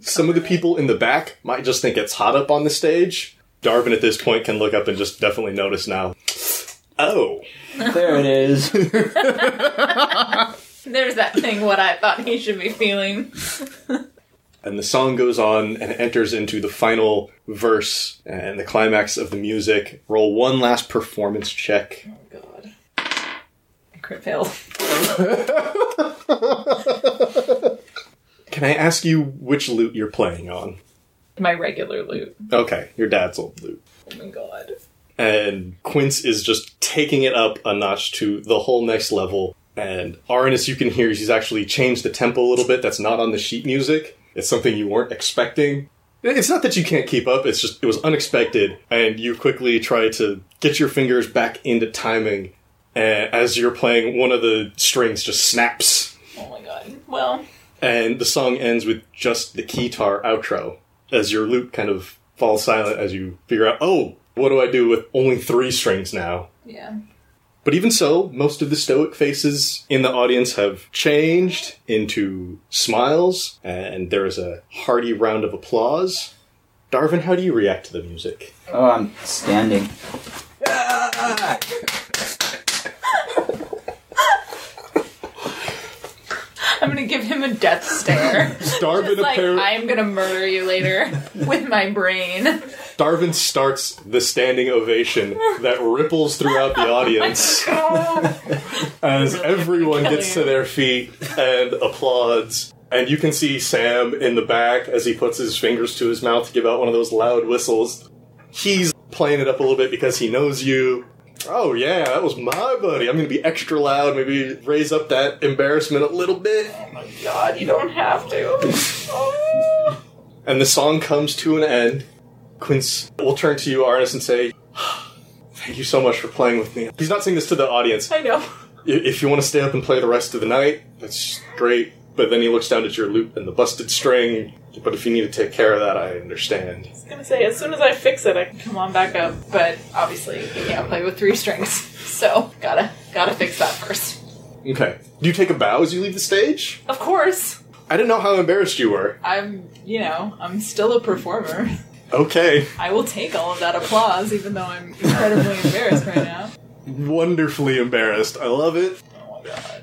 S6: Some of the people in the back might just think it's hot up on the stage. Darvin at this point can look up and just definitely notice now. Oh,
S4: There it is.
S7: There's that thing what I thought he should be feeling.
S6: and the song goes on and enters into the final verse and the climax of the music. Roll one last performance check.
S7: Oh, God. I crit failed.
S6: Can I ask you which lute you're playing on?
S7: My regular loot.
S6: Okay, your dad's old lute.
S7: Oh, my God.
S6: And Quince is just taking it up a notch to the whole next level. And Aranus, you can hear he's actually changed the tempo a little bit. That's not on the sheet music. It's something you weren't expecting. It's not that you can't keep up. It's just it was unexpected, and you quickly try to get your fingers back into timing. And as you're playing, one of the strings just snaps
S7: Oh my god. Well,
S6: and the song ends with just the guitar outro as your lute kind of falls silent as you figure out, oh, what do I do with only three strings now?
S7: yeah.
S6: But even so, most of the stoic faces in the audience have changed into smiles, and there is a hearty round of applause. Darvin, how do you react to the music?
S4: Oh, I'm standing.
S7: I'm gonna give him a death stare.
S6: Darvin,
S7: Just like,
S6: appar-
S7: I'm gonna murder you later with my brain.
S6: Darvin starts the standing ovation that ripples throughout the audience. as everyone gets to their feet and applauds. And you can see Sam in the back as he puts his fingers to his mouth to give out one of those loud whistles. He's playing it up a little bit because he knows you. Oh, yeah, that was my buddy. I'm going to be extra loud, maybe raise up that embarrassment a little bit.
S7: Oh God, you don't have to.
S6: And the song comes to an end. Quince will turn to you, Arnis, and say, Thank you so much for playing with me. He's not saying this to the audience.
S7: I know.
S6: I- if you want to stay up and play the rest of the night, that's great. But then he looks down at your loop and the busted string. But if you need to take care of that, I understand.
S7: I was gonna say as soon as I fix it, I can come on back up. But obviously, you can't play with three strings, so gotta gotta fix that first.
S6: Okay. Do you take a bow as you leave the stage?
S7: Of course,
S6: I didn't know how embarrassed you were.
S7: I'm you know I'm still a performer.
S6: Okay.
S7: I will take all of that applause, even though I'm incredibly embarrassed right now.
S6: Wonderfully embarrassed. I love it.
S7: Oh my god.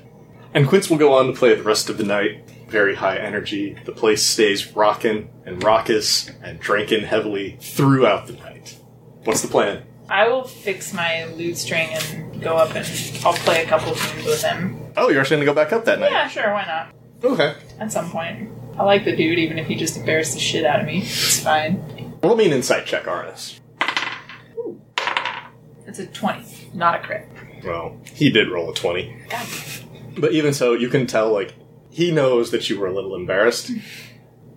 S6: And Quince will go on to play the rest of the night. Very high energy. The place stays rockin' and raucous and drinking heavily throughout the night. What's the plan?
S7: I will fix my lute string and go up and I'll play a couple tunes with him.
S6: Oh, you're actually gonna go back up that night.
S7: Yeah, sure, why not?
S6: Okay.
S7: At some point. I like the dude, even if he just embarrassed the shit out of me. It's fine.
S6: Roll me an insight check, Arnis.
S7: It's a 20, not a crit.
S6: Well, he did roll a 20.
S7: God.
S6: But even so, you can tell, like, he knows that you were a little embarrassed,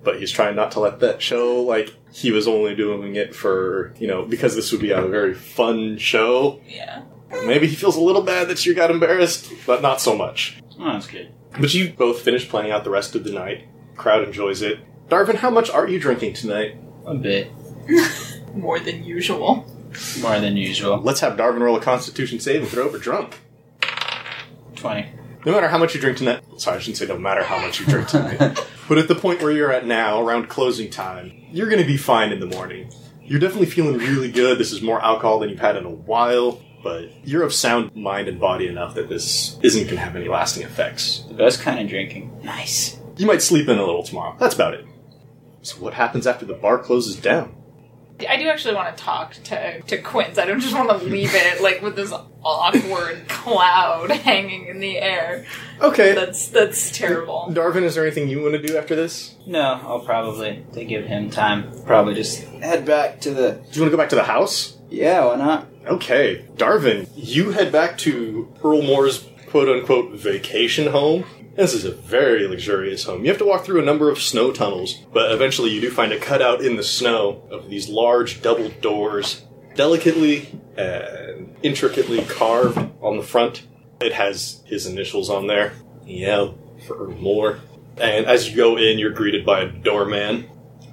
S6: but he's trying not to let that show. Like, he was only doing it for, you know, because this would be a very fun show.
S7: Yeah.
S6: Maybe he feels a little bad that you got embarrassed, but not so much.
S4: Oh, that's good.
S6: But you both finish playing out the rest of the night. Crowd enjoys it. Darvin, how much are you drinking tonight?
S4: A bit
S7: More than usual.
S4: more than usual.
S6: Let's have Darvin roll a constitution save and throw up a drunk.
S4: Twenty.
S6: No matter how much you drink tonight, sorry, I shouldn't say no matter how much you drink tonight, but at the point where you're at now, around closing time, you're going to be fine in the morning. You're definitely feeling really good. This is more alcohol than you've had in a while, but you're of sound mind and body enough that this isn't going to have any lasting effects.
S4: The best kind of drinking. Nice.
S6: You might sleep in a little tomorrow. That's about it. So, what happens after the bar closes down?
S7: I do actually want to talk to, to Quince. I don't just want to leave it, like, with this awkward cloud hanging in the air.
S6: Okay.
S7: That's that's terrible.
S6: Darvin, is there anything you want to do after this?
S4: No, I'll probably to give him time. Probably just head back to the.
S6: Do you want to go back to the house?
S4: Yeah, why not?
S6: Okay, Darvin, you head back to Earl Moore's quote unquote vacation home. This is a very luxurious home. You have to walk through a number of snow tunnels, but eventually you do find a cutout in the snow of these large double doors, delicately and intricately carved on the front. It has his initials on there. Yeah, for Earl Moore. And as you go in, you're greeted by a doorman.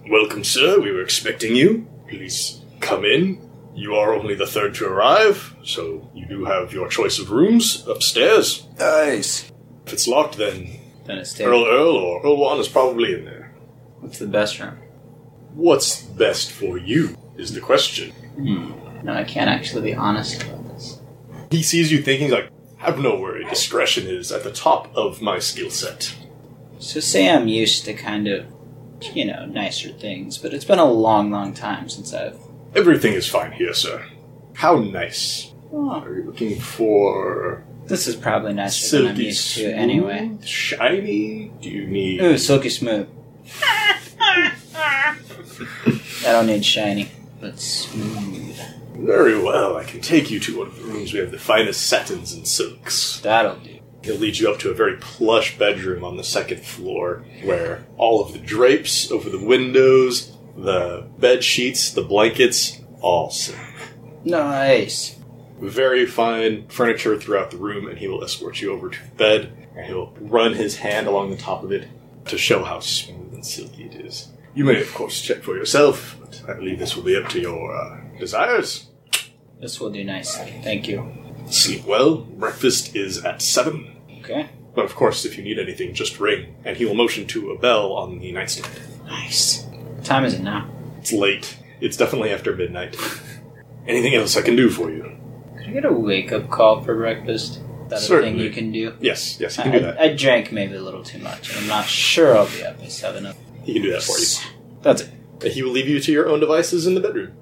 S6: Welcome, sir. We were expecting you. Please come in. You are only the third to arrive, so you do have your choice of rooms upstairs.
S4: Nice.
S6: If it's locked, then
S4: Then it's
S6: Earl
S4: table.
S6: Earl or Earl Juan is probably in there.
S4: What's the best room?
S6: What's best for you is the question.
S4: Hmm. No, I can't actually be honest about this.
S6: He sees you thinking, like, I have no worry, discretion is at the top of my skill set.
S4: So say I'm used to kind of, you know, nicer things, but it's been a long, long time since I've.
S6: Everything is fine here, sir. How nice.
S4: Oh,
S6: Are you looking for
S4: this is probably nicer than I'm
S6: silky,
S4: used to
S6: smooth,
S4: anyway.
S6: shiny? Do you need
S4: Ooh, silky smooth. I don't need shiny, but smooth.
S6: Very well, I can take you to one of the rooms. We have the finest satins and silks.
S4: That'll do.
S6: He'll lead you up to a very plush bedroom on the second floor where all of the drapes over the windows, the bed sheets, the blankets, all sit.
S4: Nice.
S6: Very fine furniture throughout the room, and he will escort you over to the bed. And he'll run his hand along the top of it to show how smooth and silky it is. You may, of course, check for yourself, but I believe this will be up to your uh, desires.
S4: This will do nicely. Thank you.
S6: Sleep well. Breakfast is at seven.
S4: Okay.
S6: But of course, if you need anything, just ring, and he will motion to a bell on the nightstand.
S4: Nice. What time is it now?
S6: It's late. It's definitely after midnight. Anything else I can do for you?
S4: Could I get a wake up call for breakfast? Is that a thing
S6: Certainly.
S4: you can do?
S6: Yes, yes, he
S4: I,
S6: can do that.
S4: I, I drank maybe a little too much. and I'm not sure I'll be up at 7 up.
S6: He can do that for you.
S4: That's it.
S6: He will leave you to your own devices in the bedroom.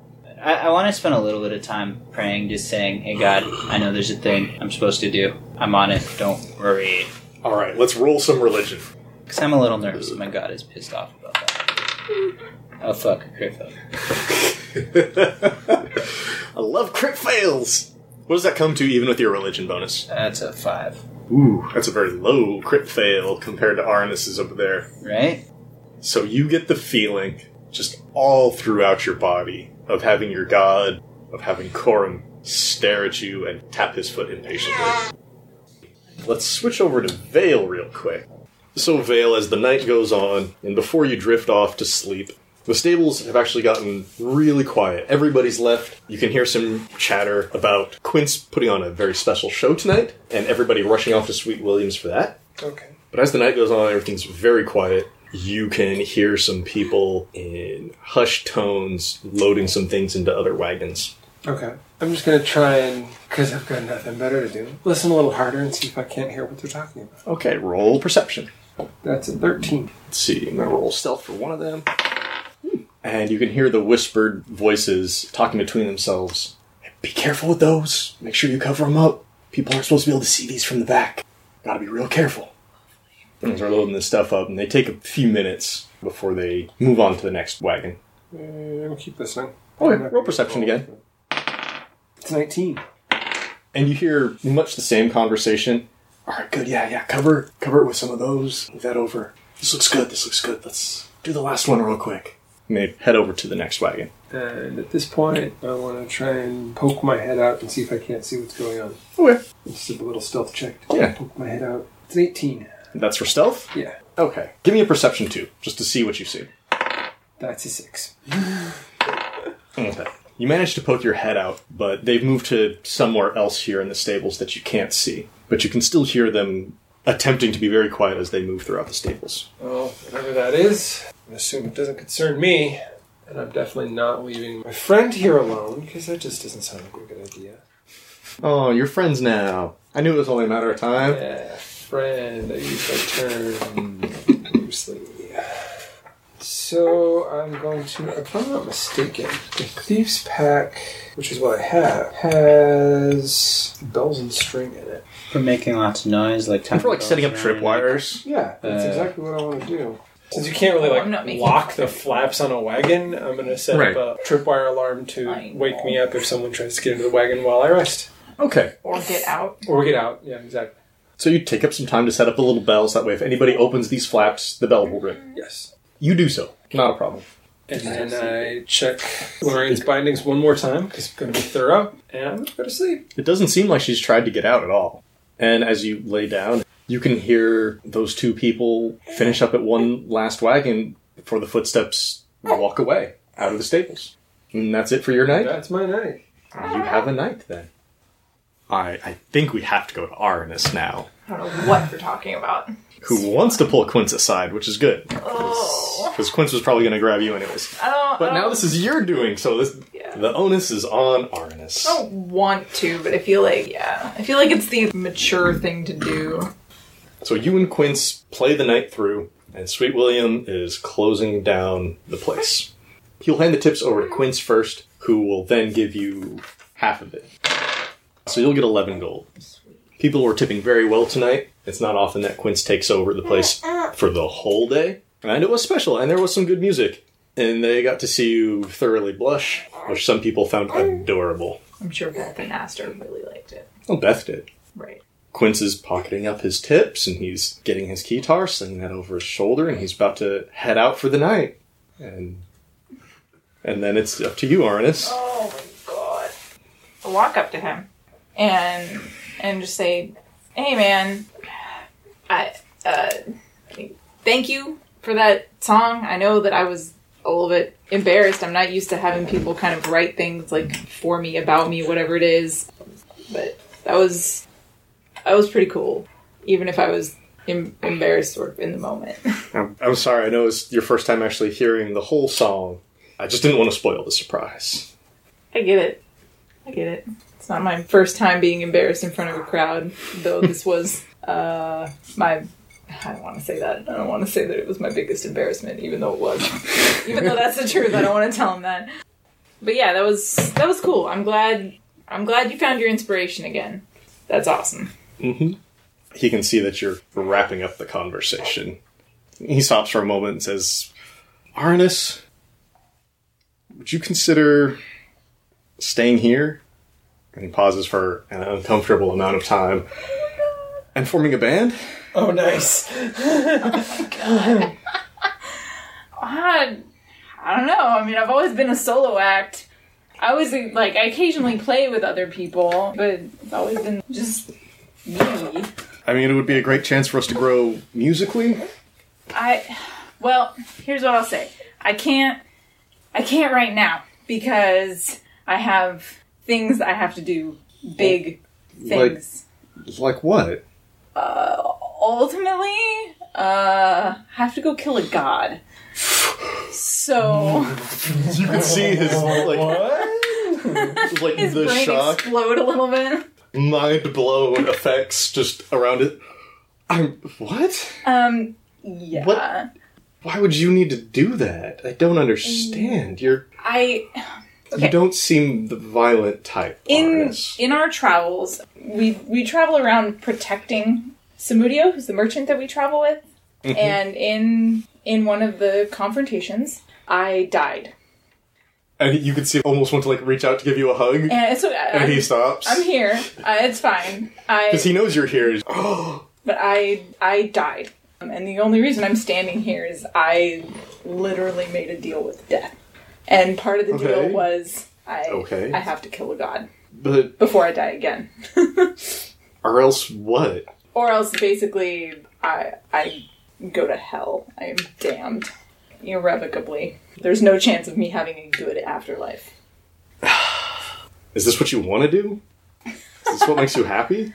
S4: I, I want to spend a little bit of time praying, just saying, hey, God, I know there's a thing I'm supposed to do. I'm on it. Don't worry.
S6: All right, let's roll some religion.
S4: Because I'm a little nervous that my God is pissed off about that. Oh, fuck. a Crit fail.
S6: I love crit fails. What does that come to, even with your religion bonus?
S4: That's a 5.
S6: Ooh, that's a very low crit fail compared to Arnis's over there.
S4: Right?
S6: So you get the feeling just all throughout your body of having your god, of having Korum stare at you and tap his foot impatiently. Let's switch over to Vale real quick. So, Vale, as the night goes on, and before you drift off to sleep, the stables have actually gotten really quiet. Everybody's left. You can hear some chatter about Quince putting on a very special show tonight, and everybody rushing off to Sweet Williams for that.
S8: Okay.
S6: But as the night goes on, everything's very quiet. You can hear some people in hushed tones loading some things into other wagons.
S8: Okay. I'm just gonna try and because I've got nothing better to do. Listen a little harder and see if I can't hear what they're talking about.
S6: Okay, roll perception.
S8: That's a thirteen.
S6: Let's see, I'm gonna roll stealth for one of them. And you can hear the whispered voices talking between themselves. Be careful with those. Make sure you cover them up. People aren't supposed to be able to see these from the back. Gotta be real careful. And they're loading this stuff up, and they take a few minutes before they move on to the next wagon.
S8: Uh, I'll keep listening.
S6: Okay, roll perception again.
S8: It's nineteen.
S6: and you hear much the same conversation. All right, good. Yeah, yeah. Cover, cover it with some of those. Move that over. This looks good. This looks good. Let's do the last one real quick. And they head over to the next wagon.
S8: And at this point, I want to try and poke my head out and see if I can't see what's going on.
S6: Okay.
S8: Just a little stealth check.
S6: Yeah.
S8: Poke my head out. It's an eighteen.
S6: That's for stealth.
S8: Yeah.
S6: Okay. Give me a perception too, just to see what you see.
S8: That's a six.
S6: Okay. You manage to poke your head out, but they've moved to somewhere else here in the stables that you can't see. But you can still hear them attempting to be very quiet as they move throughout the stables.
S8: Well, whatever that is, I assume it doesn't concern me. And I'm definitely not leaving my friend here alone because that just doesn't sound like a good idea.
S6: Oh, you're friends now. I knew it was only a matter of time.
S8: Yeah, friend, I use that term loosely. So I'm going to, if I'm not mistaken, the Cleves pack, which is what I have, has bells and string in it.
S4: For making lots of noise, like time.
S6: And for like
S4: goes
S6: setting up
S4: around.
S6: tripwires.
S8: Yeah, that's
S4: Uh,
S8: exactly what I want to do. Since you can't really
S7: Oh,
S8: like
S7: I'm not making
S8: lock the flaps on a wagon, I'm going to set
S6: Right.
S8: up a tripwire alarm
S7: I
S8: to wake me up if someone tries to get into the wagon while I rest
S6: Okay.
S7: Or get out.
S8: or get out. Yeah, exactly.
S6: So you take up some time to set up the little bells. That way, if anybody opens these flaps, the bell will ring.
S8: Yes.
S6: You do so. Not a problem.
S8: And uh, then I check Lorraine's bindings one more time because I'm going to be thorough, and I'm going to go to sleep.
S6: It doesn't seem like she's tried to get out at all. And as you lay down, you can hear those two people finish up at one last wagon before the footsteps walk away out of the stables. And that's it for your night.
S8: That's my night.
S6: You have a night then. I I think we have to go to Arnis now,
S7: I don't know what we're talking about.
S6: who wants to pull Quince aside, which is good
S7: Oh.
S6: because Quince was probably going to grab you anyways.
S7: I don't,
S6: But
S7: I don't,
S6: now this is your doing, so this
S7: Um, Yeah. Oh.
S6: the onus is on Arnis.
S7: I don't want to, but I feel like, yeah. I feel like it's the mature thing to do.
S6: So you and Quince play the night through, and Sweet William is closing down the place. He'll hand the tips over to Quince first, who will then give you half of it. So you'll get eleven gold. People were tipping very well tonight. It's not often that Quince takes over the place for the whole day. And it was special, and there was some good music. And they got to see you thoroughly blush, which some people found adorable.
S7: I'm sure Beth and Aster really liked it.
S6: Oh, Beth did.
S7: Right.
S6: Quince is pocketing up his tips and he's getting his keytar, slinging that over his shoulder, and he's about to head out for the night. And and then it's up to you, Arnis.
S7: Oh my god. I walk up to him and and just say, "Hey man, I uh thank you for that song. I know that I was a little bit embarrassed. I'm not used to having people kind of write things like for me, about me, whatever it is. But that was that was pretty cool, even if I was em- embarrassed sort of in the moment.
S6: I'm, I'm sorry, I know it's your first time actually hearing the whole song. I just didn't want to spoil the surprise.
S7: I get it. I get it. It's not my first time being embarrassed in front of a crowd, though this was uh, my. I don't want to say that. I don't want to say that it was my biggest embarrassment, even though it was. even though that's the truth, I don't want to tell him that. But yeah, that was that was cool. I'm glad. I'm glad you found your inspiration again. That's awesome.
S6: He can see that you're wrapping up the conversation. He stops for a moment and says, Arnis, would you consider staying here? And he pauses for an uncomfortable amount of time. And forming a band?
S8: Oh, nice.
S7: I, I don't know. I mean, I've always been a solo act. I always like I occasionally play with other people, but it's always been just me.
S6: I mean, it would be a great chance for us to grow musically.
S7: I well, here's what I'll say. I can't I can't right now because I have things I have to do, big things.
S6: Like what?
S7: Ultimately, uh I have to go kill a god. So
S6: You can see his like, like
S7: his
S6: the
S7: brain
S6: shock,
S7: explode a little bit.
S6: mind blown effects just around it. I'm what?
S7: Um yeah.
S6: What? Why would you need to do that? I don't understand. You're
S7: I
S6: you don't seem the violent type.
S7: in
S6: Arnis.
S7: in our travels, we we travel around protecting Samudio, who's the merchant that we travel with,
S6: Mm-hmm.
S7: and in in one of the confrontations, I died.
S6: and you could see almost want to like reach out to give you a hug, and,
S7: And so I,
S6: he
S7: am
S6: stops
S7: I'm here. Uh, it's fine. I
S6: because he knows you're here. He's, "Oh,
S7: but I I died, Um, and the only reason I'm standing here is I literally made a deal with death, and part of the deal
S6: Okay.
S7: was I
S6: Okay.
S7: I have to kill a god
S6: but
S7: before I die again.
S6: or else what?
S7: or else basically I I go to hell. I am damned irrevocably. There's no chance of me having a good afterlife.
S6: Is this what you want to do? Is this what makes you happy?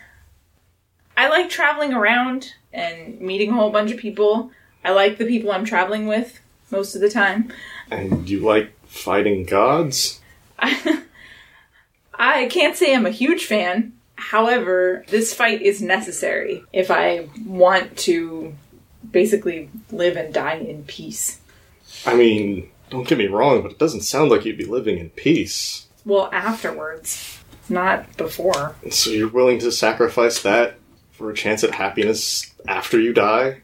S7: I like traveling around and meeting a whole bunch of people. I like the people I'm traveling with most of the time.
S6: And you like fighting gods?
S7: I can't say I'm a huge fan. However, this fight is necessary if I want to basically live and die in peace.
S6: I mean, don't get me wrong, but it doesn't sound like you'd be living in peace.
S7: Well, afterwards, not before.
S6: So you're willing to sacrifice that for a chance at happiness after you die?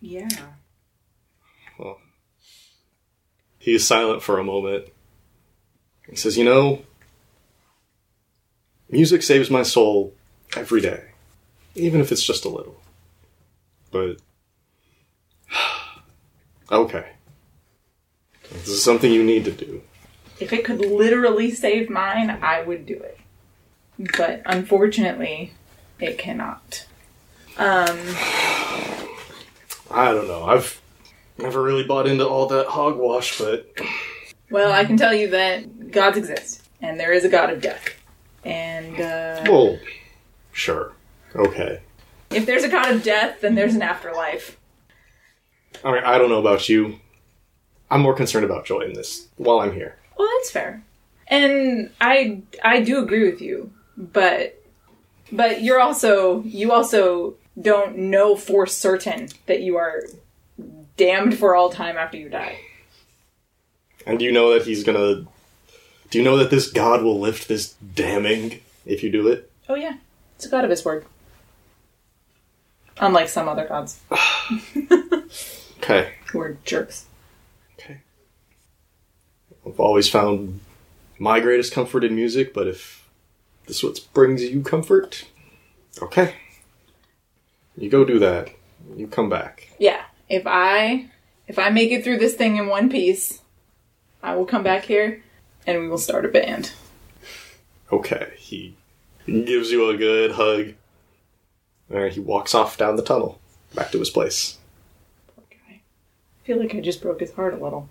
S7: Yeah.
S6: He is silent for a moment. He says, You know, music saves my soul every day, even if it's just a little. But. okay. This is something you need to do.
S7: If it could literally save mine, I would do it. But unfortunately, it cannot. Um,
S6: I don't know. I've never really bought into all that hogwash, but
S7: well, I can tell you that gods exist, and there is a god of death. And uh,
S6: well, sure. Okay.
S7: if there's a god of death, then there's an afterlife.
S6: All right. I don't know about you. I'm more concerned about joy in this while I'm here.
S7: Well, that's fair. And I I do agree with you, but but you're also you also don't know for certain that you are damned for all time after you die.
S6: And do you know that he's gonna? Do you know that this god will lift this damning if you do it?
S7: Oh yeah, it's a god of his word. Unlike some other gods
S6: Okay.
S7: who are jerks.
S6: Okay. I've always found my greatest comfort in music, but if this what brings you comfort, Okay. You go do that. You come back.
S7: Yeah. If I if I make it through this thing in one piece, I will come back here and we will start a band.
S6: Okay. He gives you a good hug. Alright, he walks off down the tunnel. Back to his place.
S7: Okay. I feel like I just broke his heart a little.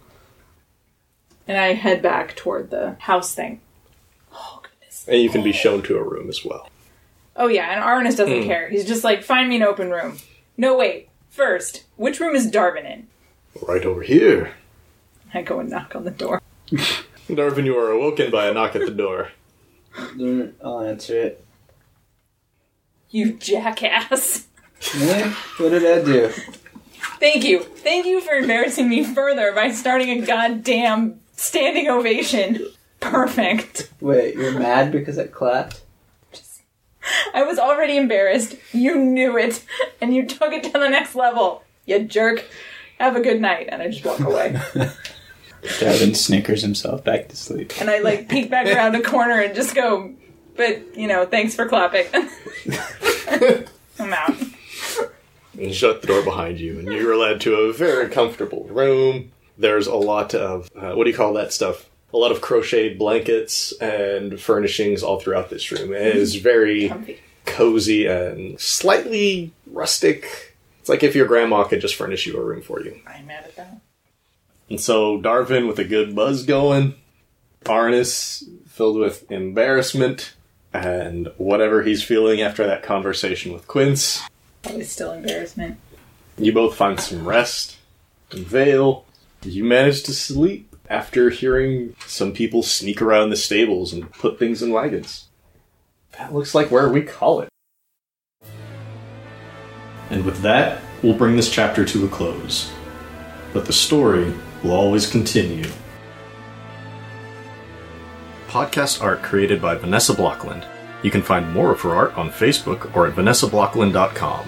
S7: And I head back toward the house thing. Oh goodness.
S6: And you can be shown to a room as well.
S7: Oh yeah, and Arnis doesn't care. He's just like, find me an open room. No wait. First, which room is Darvin in?
S6: Right over here.
S7: I go and knock on the door.
S6: Darvin, you are awoken by a knock at the door.
S4: Don't- I'll answer it.
S7: You jackass.
S4: Really? What did I do?
S7: Thank you. Thank you for embarrassing me further by starting a goddamn standing ovation. Perfect.
S4: Wait, you're mad because I clapped?
S7: I was already embarrassed. You knew it. And you took it to the next level. You jerk. Have a good night. And I just walk away.
S4: Darwin snickers himself back to sleep.
S7: and I like peek back around a corner and just go, but you know, thanks for clapping. I'm out.
S6: and shut the door behind you. And you're led to a very comfortable room. There's a lot of uh, what do you call that stuff? A lot of crocheted blankets and furnishings all throughout this room. It is very
S7: Comfy.
S6: cozy and slightly rustic. It's like if your grandma could just furnish you a room for you.
S7: I'm mad at that.
S6: And so Darvin with a good buzz going, Arnis filled with embarrassment and whatever he's feeling after that conversation with Quince.
S7: Probably still embarrassment.
S6: You both find some rest and Vale. You manage to sleep after hearing some people sneak around the stables and put things in wagons. That looks like where we call it.
S1: And with that, we'll bring this chapter to a close. But the story will always continue. Podcast art created by Vanessa Blockland. You can find more of her art on Facebook or at vanessablockland.com.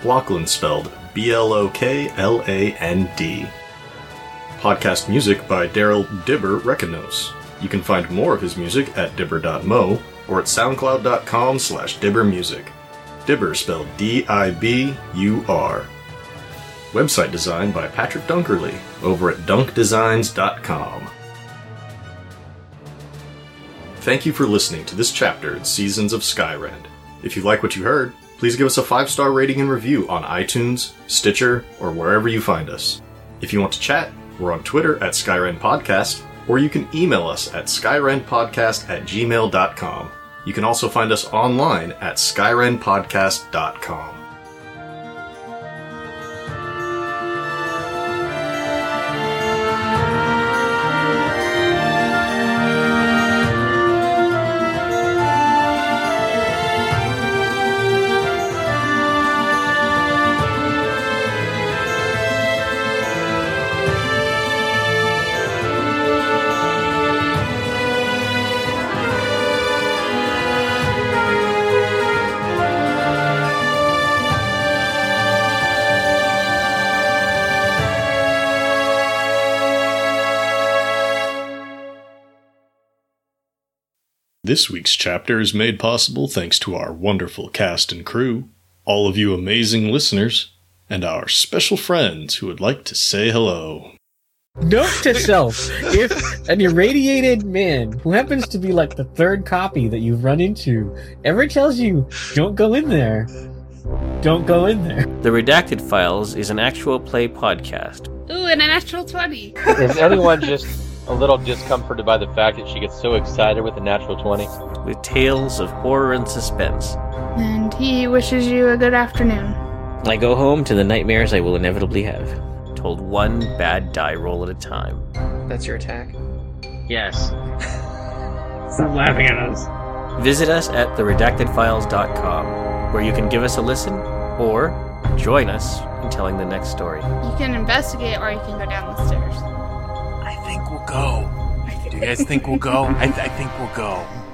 S1: Blockland spelled B L O K L A N D. Podcast music by Daryl Dibber Reconos. You can find more of his music at dibber.mo or at soundcloud.com slash dibbermusic. Dibber spelled D I B U R. Website design by Patrick Dunkerley over at dunkdesigns.com. Thank you for listening to this chapter in Seasons of Skyrend. If you like what you heard, please give us a five star rating and review on iTunes, Stitcher, or wherever you find us. If you want to chat, we're on Twitter at Skyrend Podcast, or you can email us at skyrendpodcast at gmail.com. You can also find us online at skyrendpodcast.com.
S5: This week's chapter is made possible thanks to our wonderful cast and crew, all of you amazing listeners, and our special friends who would like to say hello.
S10: Note to self: If an irradiated man who happens to be like the third copy that you've run into ever tells you, "Don't go in there," don't go in there.
S11: The Redacted Files is an actual play podcast.
S12: Ooh, and a natural 20.
S13: Is anyone just a little discomforted by the fact that she gets so excited with a natural 20?
S11: with tales of horror and suspense.
S12: And he wishes you a good afternoon.
S11: I go home to the nightmares I will inevitably have, told one bad die roll at a time.
S13: That's your attack?
S10: Yes. Stop laughing at us.
S11: Visit us at theredactedfiles.com, where you can give us a listen or join us in telling the next story.
S12: You can investigate or you can go down the stairs.
S9: I think we'll go. Do you guys think we'll go? I, I think we'll go.